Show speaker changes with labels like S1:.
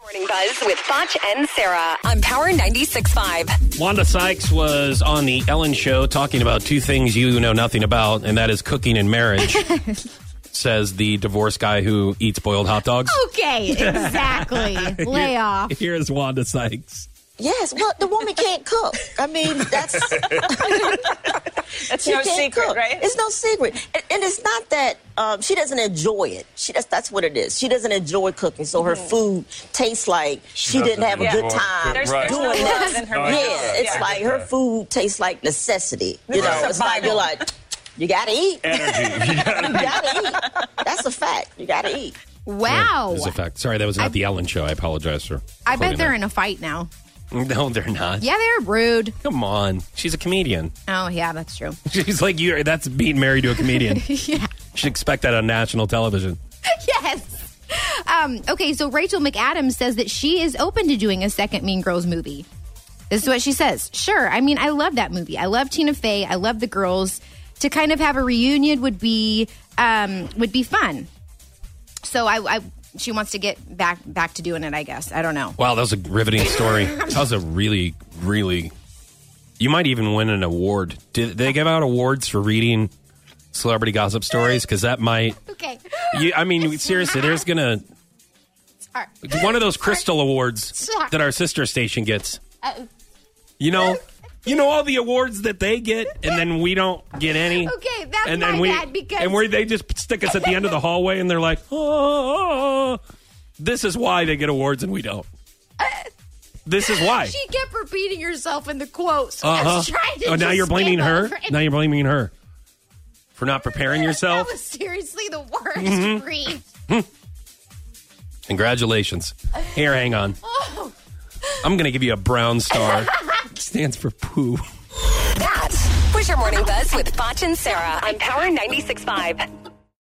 S1: Morning Buzz with Foch and Sarah on Power 96.5.
S2: Wanda Sykes was on the Ellen Show talking about two things you know nothing about, and that is cooking and marriage. says the divorced guy who eats boiled hot dogs.
S3: Okay, exactly. Lay off.
S2: Here's Wanda Sykes.
S4: Yes, well, the woman can't cook. I mean, that's
S5: That's
S4: she
S5: no
S4: can't
S5: secret,
S4: cook.
S5: right?
S4: It's no secret, and, and it's not that um, she doesn't enjoy it. She that's that's what it is. She doesn't enjoy cooking, so her food tastes like she, didn't
S6: doesn't
S4: have a
S6: enjoy
S4: good
S6: it.
S4: time
S6: There's-
S5: there's
S4: doing
S5: no
S4: that.
S5: love in her
S4: yeah,
S5: mouth.
S4: it's
S5: Yeah.
S4: like her food tastes like necessity. You
S5: Right.
S4: know, it's like you're like you gotta eat.
S6: Energy.
S4: You gotta eat. That's a fact. You gotta eat.
S3: Wow.
S2: Is a fact. Sorry, that was not
S3: I-
S2: the Ellen Show. I apologize, sir.
S3: I bet they're in a fight now.
S2: No, they're not.
S3: Yeah, they're rude.
S2: Come on. She's a comedian.
S3: Oh, yeah, that's true.
S2: She's like, you. that's being married to a comedian.
S3: yeah.
S2: Should expect that on national television.
S3: Yes. Um, okay, so Rachel McAdams says that she is open to doing a second Mean Girls movie. This is what she says. Sure. I mean, I love that movie. I love Tina Fey. I love the girls. To kind of have a reunion would be um, would be fun. So I, I she wants to get back back to doing it. I guess I don't know.
S2: Wow, that was a riveting story. that was a really, really. You might even win an award. Did they give out awards for reading celebrity gossip stories? Because that might.
S3: Okay.
S2: You, I mean, seriously, there's gonna
S3: All right.
S2: one of those crystal awards
S3: Sorry.
S2: that our sister station gets.
S3: Uh,
S2: You know, you know all the awards that they get, and then we don't get any.
S3: Okay, that's
S2: and
S3: my
S2: then we,
S3: bad because-
S2: and where they just stick us at the end of the hallway, and they're like, "Oh, this is why they get awards and we don't." This is why.
S3: Uh, She kept repeating herself in the quotes. I
S2: Uh-huh.
S3: was trying to
S2: Oh, now
S3: just
S2: you're blaming
S3: get
S2: her.
S3: over it.
S2: Now you're blaming her for not preparing yourself. Mm-hmm.
S3: That was seriously the worst read.
S2: Congratulations. Here, hang on.
S3: Oh,
S2: I'm gonna give you a brown star. Stands for poo.
S1: That was your Morning Buzz with Foch and Sarah on Power 96.5.